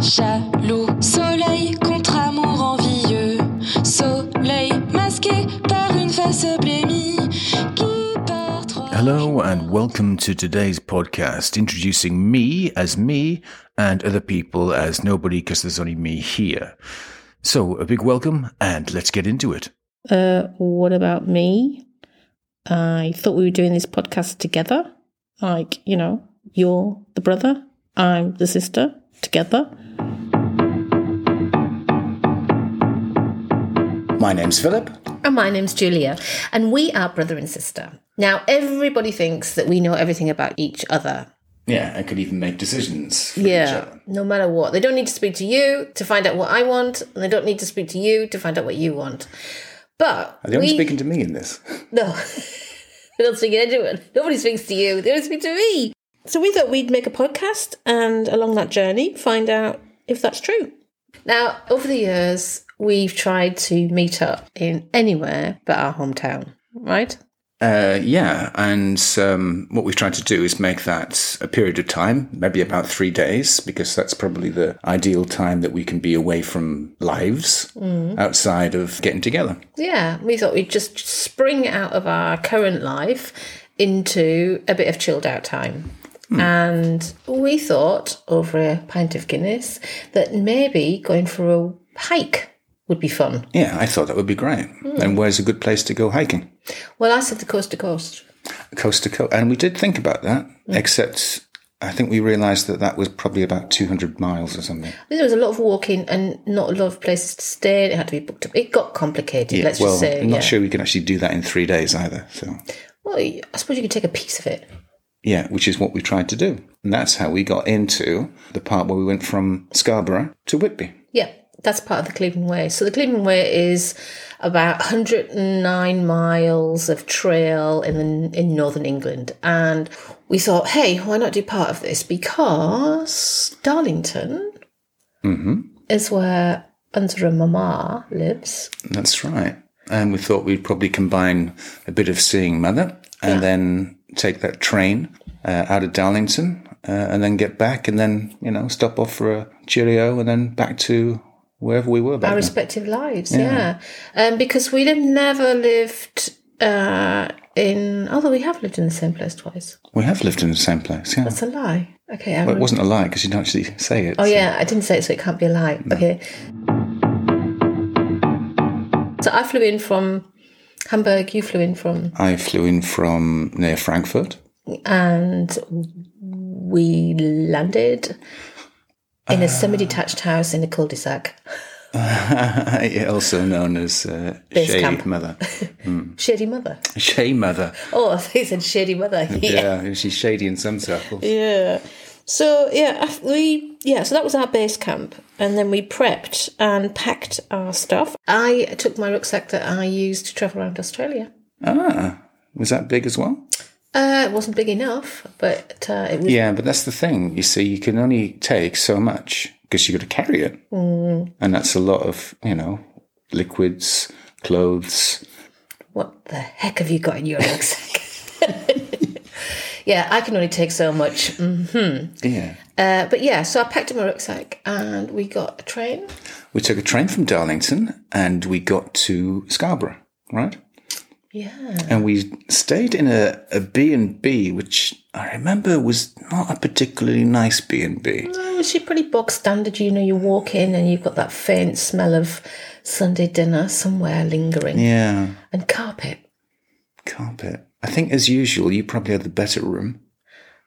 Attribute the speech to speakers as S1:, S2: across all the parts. S1: jaloux. Soleil contre amour envieux. Soleil masqué par une face blémie qui part trois
S2: Hello and welcome to today's podcast, introducing me as me and other people as nobody because there's only me here. So, a big welcome and let's get into it.
S3: Uh, what about me? I thought we were doing this podcast together. Like, you know, you're the brother, I'm the sister, together.
S2: My name's Philip.
S4: And my name's Julia, and we are brother and sister. Now, everybody thinks that we know everything about each other.
S2: Yeah, I could even make decisions. For
S4: Yeah, no matter what. They don't need to speak to you to find out what I want, and they don't need to speak to you to find out what you want. But
S2: Are they only
S4: we,
S2: speaking to me in this?
S4: No, they don't speak to anyone. Nobody speaks to you. They don't speak to me.
S3: So we thought we'd make a podcast and along that journey find out if that's true.
S4: Now, over the years, we've tried to meet up in anywhere but our hometown, right?
S2: Uh, yeah, and um, what we've tried to do is make that a period of time, maybe about three days, because that's probably the ideal time that we can be away from lives
S4: Mm.
S2: outside of getting together.
S4: Yeah, we thought we'd just spring out of our current life into a bit of chilled out time. And we thought over a pint of Guinness that maybe going for a hike would be fun.
S2: Yeah, I thought that would be great.
S4: Hmm.
S2: And where's a good place to go hiking?
S4: Well, I said the coast to coast.
S2: Coast to coast. And we did think about that,
S4: Hmm.
S2: except I think we realised that that was probably about 200 miles or something.
S4: I think There was a lot of walking and not a lot of places to stay. and It had to be booked up. It got complicated, let's
S2: well,
S4: just say.
S2: I'm not
S4: yeah.
S2: sure we can actually do that in three days either. So,
S4: Well, I suppose you could take a piece of it.
S2: yeah, which is what we tried to do. And that's how we got into the part where we went from Scarborough to Whitby.
S4: Yeah, that's part of the Cleveland Way. So the Cleveland Way is about 109 miles of trail in the, in northern England, and we thought, hey, why not do part of this because Darlington
S2: Mm-hmm.
S4: is where Unsere Mama lives.
S2: That's right. And we thought we'd probably combine a bit of seeing mother and then take that train uh, out of Darlington uh, and then get back and then, you know, stop off for a cheerio and then back to wherever we were back
S4: Our
S2: then.
S4: respective lives, yeah, Um, because we have never lived uh, in. Although we have lived in the same place twice.
S2: We have lived in the same place, yeah.
S4: That's a lie. Okay, I
S2: Well, it wasn't a lie because you didn't actually say it.
S4: Oh yeah, I didn't say it, so it can't be a lie. Okay. So I flew in from Hamburg. You flew in from,
S2: I flew in from near Frankfurt.
S4: and we landed in a semi-detached house in a cul-de-sac.
S2: Yeah, also known as uh,
S4: Base
S2: Shea
S4: camp.
S2: Mother.
S4: Shady mother.
S2: Shea Mother.
S4: Oh, they said shady mother. Yeah.
S2: Yeah. she's shady in some circles.
S3: Yeah. So yeah, af- we yeah, so that was our base camp and then we prepped and packed our stuff.
S4: I took my rucksack that I used to travel around Australia.
S2: Ah, was that big as well?
S4: Uh, it wasn't big enough, but uh, it was
S2: Yeah, but that's the thing. You see, you can only take so much because you've got to carry it. Mm. And that's a lot of, you know, liquids, clothes.
S4: what the heck have you got in your rucksack? yeah, I can only take so much. Mm.
S2: Yeah.
S4: Uh, but yeah, so I packed up my rucksack and we got a train.
S2: We took a train from Darlington and we got to Scarborough, right?
S4: Yeah.
S2: And we stayed in a, a B&B, which I remember was not a particularly nice B&B.
S4: Oh, was she pretty bog standard? You know, you walk in and you've got that faint smell of Sunday dinner somewhere lingering
S2: Yeah,
S4: and carpet.
S2: carpet. I think, as usual, you probably had the better room.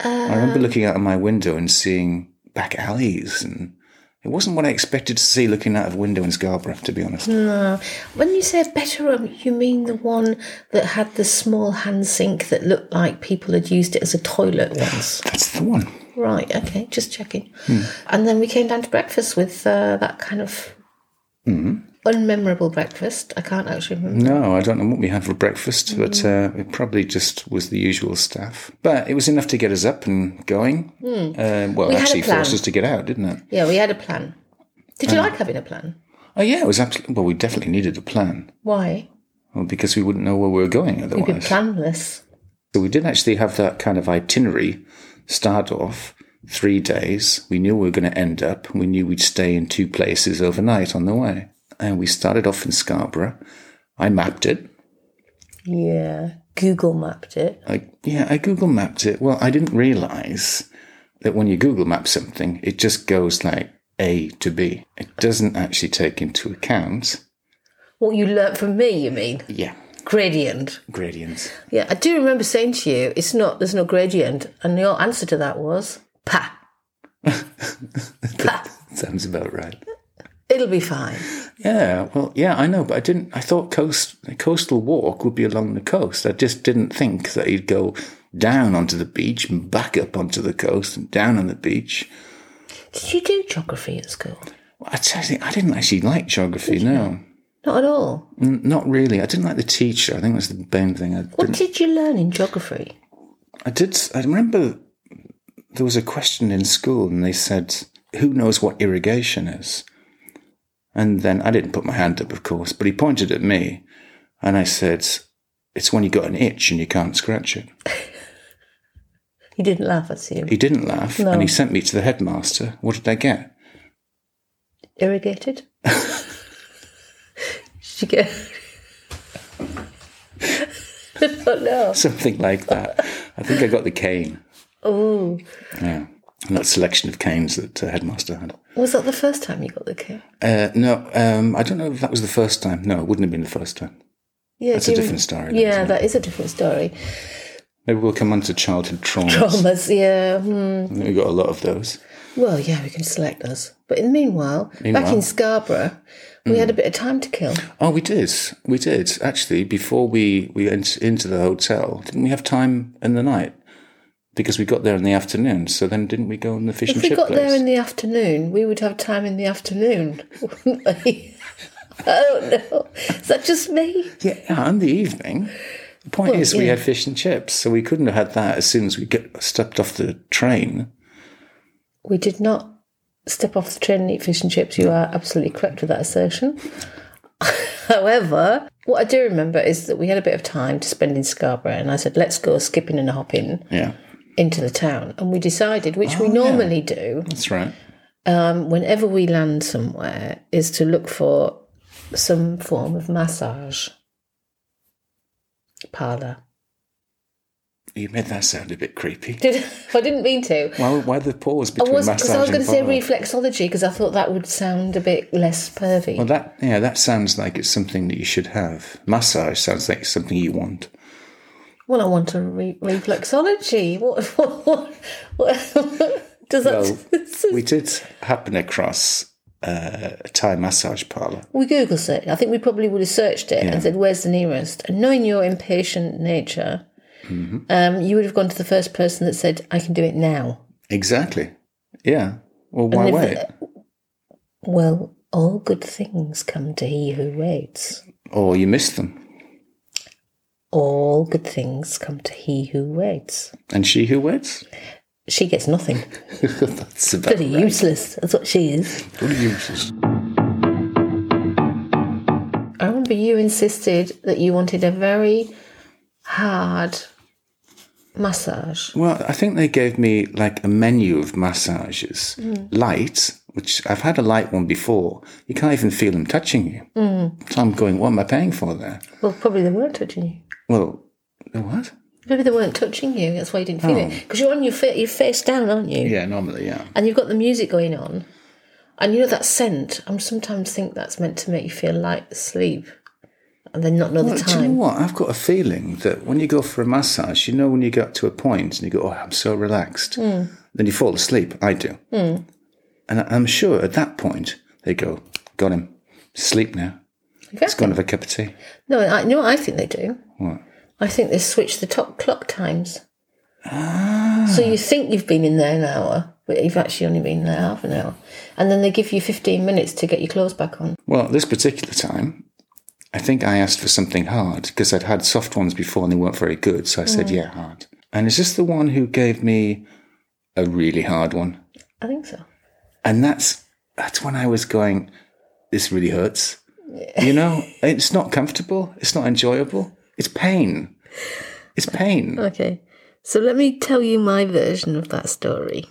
S2: I remember
S4: Uh,
S2: looking out of my window and seeing back alleys, and it wasn't what I expected to see looking out of a window in Scarborough, to be honest.
S4: Hmm. When you say better room, you mean the one that had the small hand sink that looked like people had used it as a toilet once.
S2: That's the one.
S4: right, okay, just checking. And then we came down to breakfast with uh, that kind of unmemorable breakfast. I can't actually remember.
S2: No, I don't know what we had for breakfast,
S4: Hmm.
S2: but uh, it probably just was the usual stuff. But it was enough to get us up and going. Um, well,
S4: Hmm. We had a
S2: actually forced
S4: plan.
S2: us to get out, didn't it?
S4: Yeah, we had a plan. Did you like having a plan?
S2: Oh, yeah, it was absolutely. Well, we definitely needed a plan.
S4: Why?
S2: Well, because we wouldn't know where we were going
S4: You'd be
S2: otherwise.
S4: planless.
S2: So we did actually have that kind of itinerary start off, three days. We knew we were going to end up. We knew we'd stay in two places overnight on the way. And we started off in Scarborough. I mapped it.
S4: Yeah. Google mapped it.
S2: I, yeah, I Google mapped it. Well, I didn't realize that when you Google map something, it just goes like A to B. It doesn't actually take into account.
S4: What you learnt from me, you mean?
S2: Yeah.
S4: Gradient.
S2: Gradients.
S4: Yeah, I do remember saying to you, it's not, there's no gradient. And your answer to that was, pa,
S2: Sounds about right.
S4: it'll be fine.
S2: Yeah, well, yeah, I know, but I didn't. I thought coast a coastal walk would be along the coast. I just didn't think that you'd go down onto the beach and back up onto the coast and down on the beach.
S4: Did you do geography at school?
S2: Well, I tell you, I didn't actually like geography. No,
S4: Not at all.
S2: N- not really. I didn't like the teacher. I think that's the main thing. I
S4: What did you learn in geography?
S2: I did. I remember there was a question in school, and they said, "Who knows what irrigation is?" And then I didn't put my hand up, of course, but he pointed at me, and I said, "It's when you got an itch and you can't scratch it."
S4: You didn't laugh, I assume.
S2: He didn't laugh,
S4: No.
S2: and he sent me to the headmaster. What did I get?
S4: Irrigated? did you get. I don't know.
S2: Something like that. I think I got the cane.
S4: Ooh.
S2: Yeah, and that selection of canes that uh, headmaster had.
S4: Was that the first time you got the cane?
S2: Uh, no, um, I don't know if that was the first time. No, it wouldn't have been the first time.
S4: Yeah,
S2: That's
S4: do
S2: a
S4: you-
S2: different story, then,
S4: Yeah,
S2: isn't it?
S4: that is a different story.
S2: Maybe we'll come on to childhood traumas.
S4: Traumas, yeah. hmm.
S2: We've got a lot of those.
S4: Well, yeah, we can select those. But in the meanwhile, back
S2: Meanwhile. Hmm.
S4: in Scarborough, we had a bit of time to kill.
S2: Oh, we did. We did actually. Before we we went into the hotel, didn't we have time in the night? Because we got there in the afternoon. So then, didn't we go in the fish
S4: If
S2: and
S4: we
S2: chip
S4: got
S2: place?
S4: there in the afternoon, we would have time in the afternoon, wouldn't we? I don't know. Is that just me?
S2: yeah, yeah, in the evening. The point
S4: Well,
S2: is, we
S4: yeah.
S2: had fish and chips, so we couldn't have had that as soon as we get stepped off the train.
S4: We did not step off the train and eat fish and chips. You are absolutely correct with that assertion. However, what I do remember is that we had a bit of time to spend in Scarborough, and I said, let's go skipping and hopping
S2: Yeah,
S4: into the town. And we decided, which
S2: Oh,
S4: we normally do,
S2: that's right.
S4: um, whenever we land somewhere, is to look for some form of massage parlour.
S2: You made that sound a bit creepy.
S4: Did I didn't mean to.
S2: Why, why the pause
S4: I
S2: between
S4: was because
S2: massage
S4: I was
S2: and
S4: going to say
S2: parlour?
S4: reflexology because I thought that would sound a bit less pervy.
S2: Well, that yeah, that sounds like it's something that you should have. Massage sounds like something you want.
S4: Well, I want a re- reflexology. What? what, what, what does
S2: Well,
S4: that?
S2: we did happen across uh, a Thai massage parlor.
S4: we Google search. I think we probably would have searched it and said, "Where's the nearest?" And knowing your impatient nature, um, you would have gone to the first person that said, "I can do it now."
S2: Exactly. Yeah. Well, why
S4: they've-
S2: wait?
S4: Well, all good things come to he who waits.
S2: Or you missed them.
S4: All good things come to he who waits.
S2: And she who waits?
S4: She gets nothing.
S2: That's about
S4: Bloody useless. That's what she is.
S2: useless.
S4: I remember you insisted that you wanted a very hard massage.
S2: Well, I think they gave me like a menu of massages. Light, which I've had a light one before. You can't even feel them touching you. So I'm going, what am I paying for there?
S4: Well, probably they weren't touching you.
S2: Well, the what?
S4: Maybe they weren't touching you. That's why you didn't feel it. it. Because you're on your fa- you're face down, aren't you?
S2: Yeah, normally, yeah.
S4: And you've got the music going on. And you know that scent. I sometimes think that's meant to make you feel light asleep, and then not know
S2: Well,
S4: the
S2: Do you know
S4: time.
S2: what? I've got a feeling that when you go for a massage, you know, when you get to a point and you go, oh, I'm so relaxed, then you fall asleep. I do. And I- I'm sure at that point, they go, got him. Sleep now. Let's go and have a cup of tea.
S4: No, I, you know what I think they do.
S2: What?
S4: I think they switch the top clock times.
S2: Ah.
S4: So you think you've been in there an hour, but you've actually only been there half an hour. And then they give you 15 minutes to get your clothes back on.
S2: Well, this particular time, I think I asked for something hard because I'd had soft ones before and they weren't very good. So I said, yeah, hard. And is this the one who gave me a really hard one?
S4: I think so.
S2: and that's that's when I was going. This really hurts. You know, it's not comfortable. It's not enjoyable. It's pain. It's pain.
S4: Okay. So let me tell you my version of that story.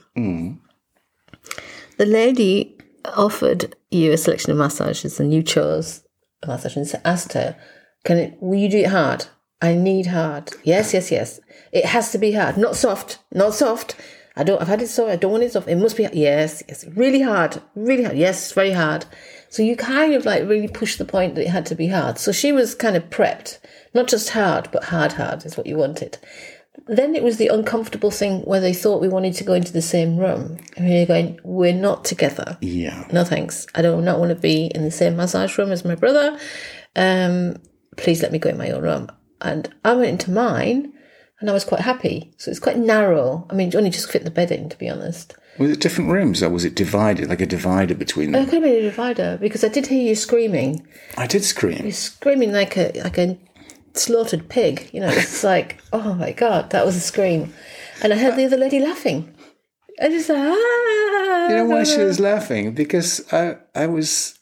S4: The lady offered you a selection of massages and you chose a massage and asked her, Can it, will you do it hard? I need hard. Yes, yes, yes. It has to be hard, not soft, not soft. I don't, I've had it soft, I don't want it soft. It must be, yes, yes, really hard, really hard. Yes, very hard. So you kind of like really pushed the point that it had to be hard. So she was kind of prepped, not just hard, but hard, hard is what you wanted then it was the uncomfortable thing where they thought we wanted to go into the same room. And we were going, we're not together.
S2: Yeah.
S4: No thanks. I do not want to be in the same massage room as my brother. Um, please let me go in my own room. And I went into mine and I was quite happy. So it's quite narrow. I mean, it only just fit the bed in, to be honest.
S2: Was it different rooms or was it divided, like a divider between
S4: It
S2: them?
S4: could have been a divider because I did hear you screaming.
S2: I did scream.
S4: You're screaming like a like a slaughtered pig. You know, it's like, oh my god, that was a scream. And I heard the other lady laughing. I just ah.
S2: You know why she was laughing? Because I, I was,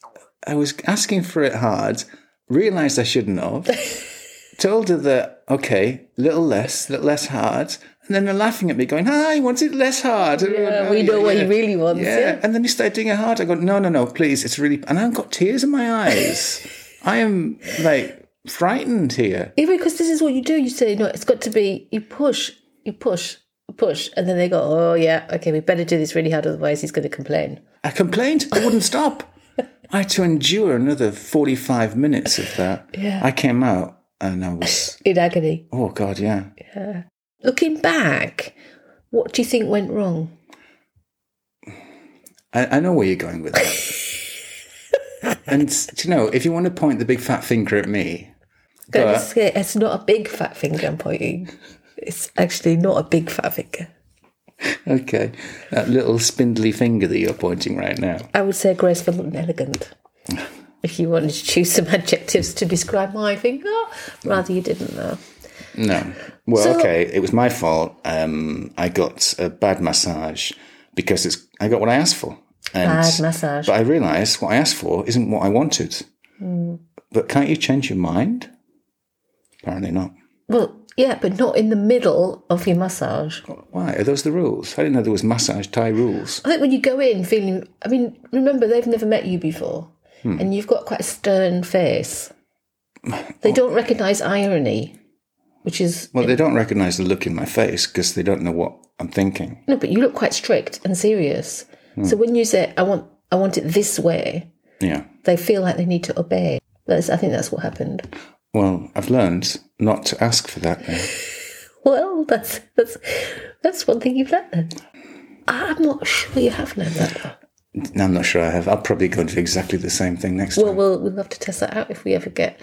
S2: I was asking for it hard. Realised I shouldn't have. told her that okay, little less, little less hard, and then they're laughing at me, going, "Ah, you want it less hard."
S4: Yeah, we know what he really wants, yeah.
S2: and then he started doing it hard. I go, "No, no, no, please, it's really," and I've got tears in my eyes. I am like frightened here.
S4: Yeah, because this is what you do. You say, no, it's got to be. You push, you push, you push, and then they go, oh yeah, okay, we better do this really hard, otherwise he's going to complain.
S2: I complained. I wouldn't stop. I had to endure another 45 minutes of that.
S4: Yeah.
S2: I came out and I was,
S4: In agony.
S2: oh God, yeah.
S4: Looking back, what do you think went wrong?
S2: I, I know where you're going with that. and, do you know, if you want to point the big fat finger at me,
S4: Can I
S2: But-
S4: just say, it's not a big fat finger I'm pointing. It's actually not a big fat finger.
S2: okay, that little spindly finger that you're pointing right now.
S4: I would say graceful and elegant. If you wanted to choose some adjectives to describe my finger, rather you didn't though.
S2: No. Well,
S4: So-
S2: okay, it was my fault. Um, I got a bad massage because it's, I got what I asked for. And,
S4: Bad massage.
S2: But I realised what I asked for isn't what I wanted.
S4: Hmm.
S2: But can't you change your mind? Apparently not.
S4: Well, yeah, but not in the middle of your massage.
S2: Why? Are those the rules? I didn't know there was massage Thai rules.
S4: I think when you go in feeling, I mean, remember they've never met you before, and you've got quite a stern face. They don't recognise irony, which is
S2: Well, they don't recognise the look in my face because they don't know what I'm thinking.
S4: No, but you look quite strict and serious. So when you say, "I want, I want it this way,"
S2: Yeah.
S4: they feel like they need to obey. That's, I think that's what happened.
S2: Well, I've learned not to ask for that. Now.
S4: Well, that's that's that's one thing you've learned. Then. I'm not sure you have learned that. though.
S2: No, I'm not sure I have. I'll probably go and do exactly the same thing next
S4: Well,
S2: time.
S4: we'll we'll have to test that out if we ever get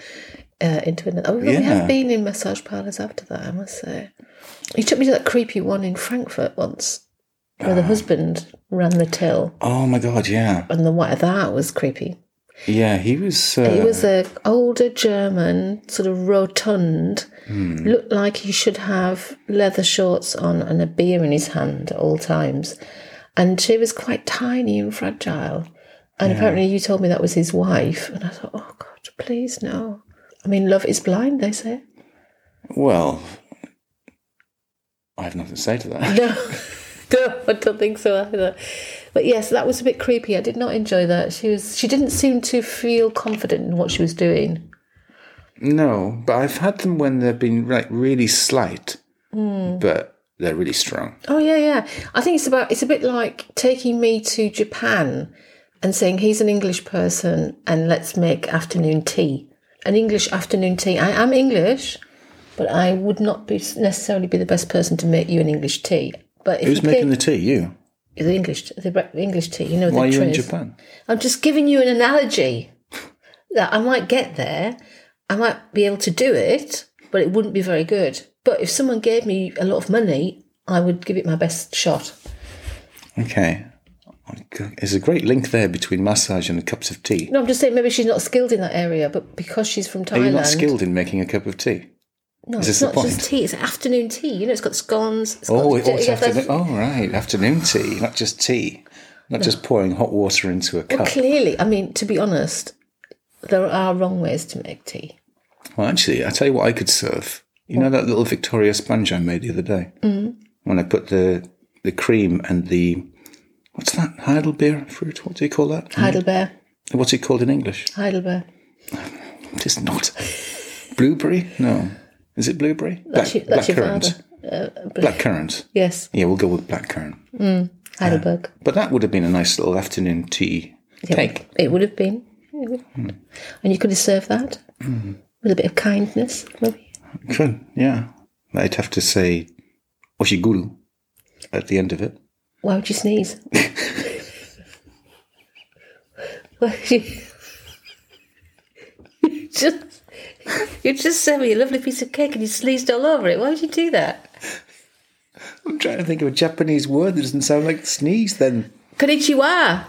S4: uh, into another. Oh, we
S2: Yeah.
S4: have been in massage parlors after that. I must say, you took me to that creepy one in Frankfurt once, where the husband ran the till,
S2: Oh my god, yeah,
S4: and the what that was creepy.
S2: yeah. He was. Uh,
S4: He was a older German, sort of rotund, looked like he should have leather shorts on and a beer in his hand at all times. And she was quite tiny and fragile. And apparently you told me that was his wife. And I thought, oh God, please no. I mean, love is blind, they say.
S2: well. I have nothing to say to that.
S4: No, no, I don't think so either. But yes, that was a bit creepy. I did not enjoy that. She was she didn't seem to feel confident in what she was doing.
S2: No, but I've had them when they've been like really slight,
S4: Hmm.
S2: but they're really strong.
S4: Oh yeah, yeah. I think it's about it's a bit like taking me to Japan and saying he's an English person and let's make afternoon tea. An English afternoon tea. I am English, but I would not be necessarily be the best person to make you an English tea. But if
S2: Who's
S4: you
S2: making the tea? You?
S4: the, the English the bre- the English tea, you know
S2: Why are
S4: the
S2: you in
S4: trays.
S2: Japan?
S4: I'm just giving you an analogy that I might get there. I might be able to do it, but it wouldn't be very good. But if someone gave me a lot of money, I would give it my best shot.
S2: Okay. Oh, There's a great link there between massage and cups of tea.
S4: No, I'm just saying maybe she's not skilled in that area, but because she's from Thailand,
S2: Are you not skilled in making a cup of tea?
S4: no,
S2: Is
S4: it's
S2: this the
S4: not
S2: point?
S4: just tea. It's afternoon tea. You know, it's got scones. It's
S2: Oh,
S4: got
S2: it, oh, it's
S4: yeah, that's-
S2: afternoon. Oh, right, afternoon tea, not just tea, not just pouring hot water into a cup.
S4: Well,
S2: Well,
S4: clearly, I mean, to be honest, there are wrong ways to make tea.
S2: actually, I tell you what, I could serve You know that little Victoria sponge I made the other day? Mm.
S4: Mm-hmm.
S2: When I put the the cream and the what's that Heidelbeer fruit? What do you call that?
S4: Heidelberg.
S2: What's it called in English?
S4: Heidelberg.
S2: It is not blueberry. No, is it blueberry?
S4: That's your- that's your Uh,
S2: currant. black currant.
S4: Yes,
S2: Yeah, we'll go with black currant. Ah,
S4: Heidelberg.
S2: But that would have been a nice little afternoon tea
S4: Yeah,
S2: cake.
S4: It would have been. It would-
S2: Hmm.
S4: And you could have served that with a bit of kindness, maybe.
S2: Could, yeah. I'd have to say oshiguru at the end of it.
S4: Why would you sneeze? Why would you? You just, you just sent me a lovely piece of cake and you sneezed all over it. Why would you do that?
S2: I'm trying to think of a Japanese word that doesn't sound like sneeze then.
S4: Konnichiwa.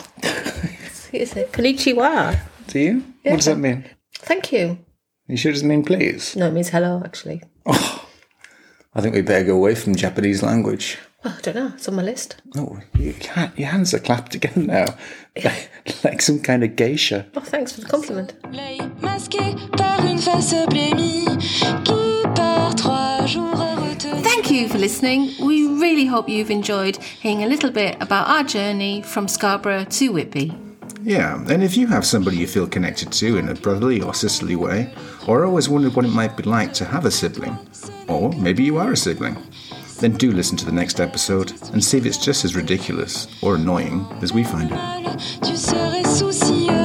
S4: It's a konnichiwa.
S2: Do you? What does that mean?
S4: Thank you.
S2: You sure it doesn't mean please?
S4: No, it means hello, actually.
S2: I think we better go away from Japanese language.
S4: Well, I don't know. It's on my list.
S2: Oh, you can't, your hands are clapped together now. Like, like some kind of geisha.
S4: Oh, thanks for the compliment.
S1: Soleil masqué par une face blémie qui par trois jours a retenu.
S5: Thank you for listening. We really hope you've enjoyed hearing a little bit about our journey from Scarborough to Whitby.
S2: Yeah, and if you have somebody you feel connected to in a brotherly or sisterly way, or always wondered what it might be like to have a sibling, or maybe you are a sibling, then do listen to the next episode and see if it's just as ridiculous or annoying as we find it.
S1: Tu serais soucieux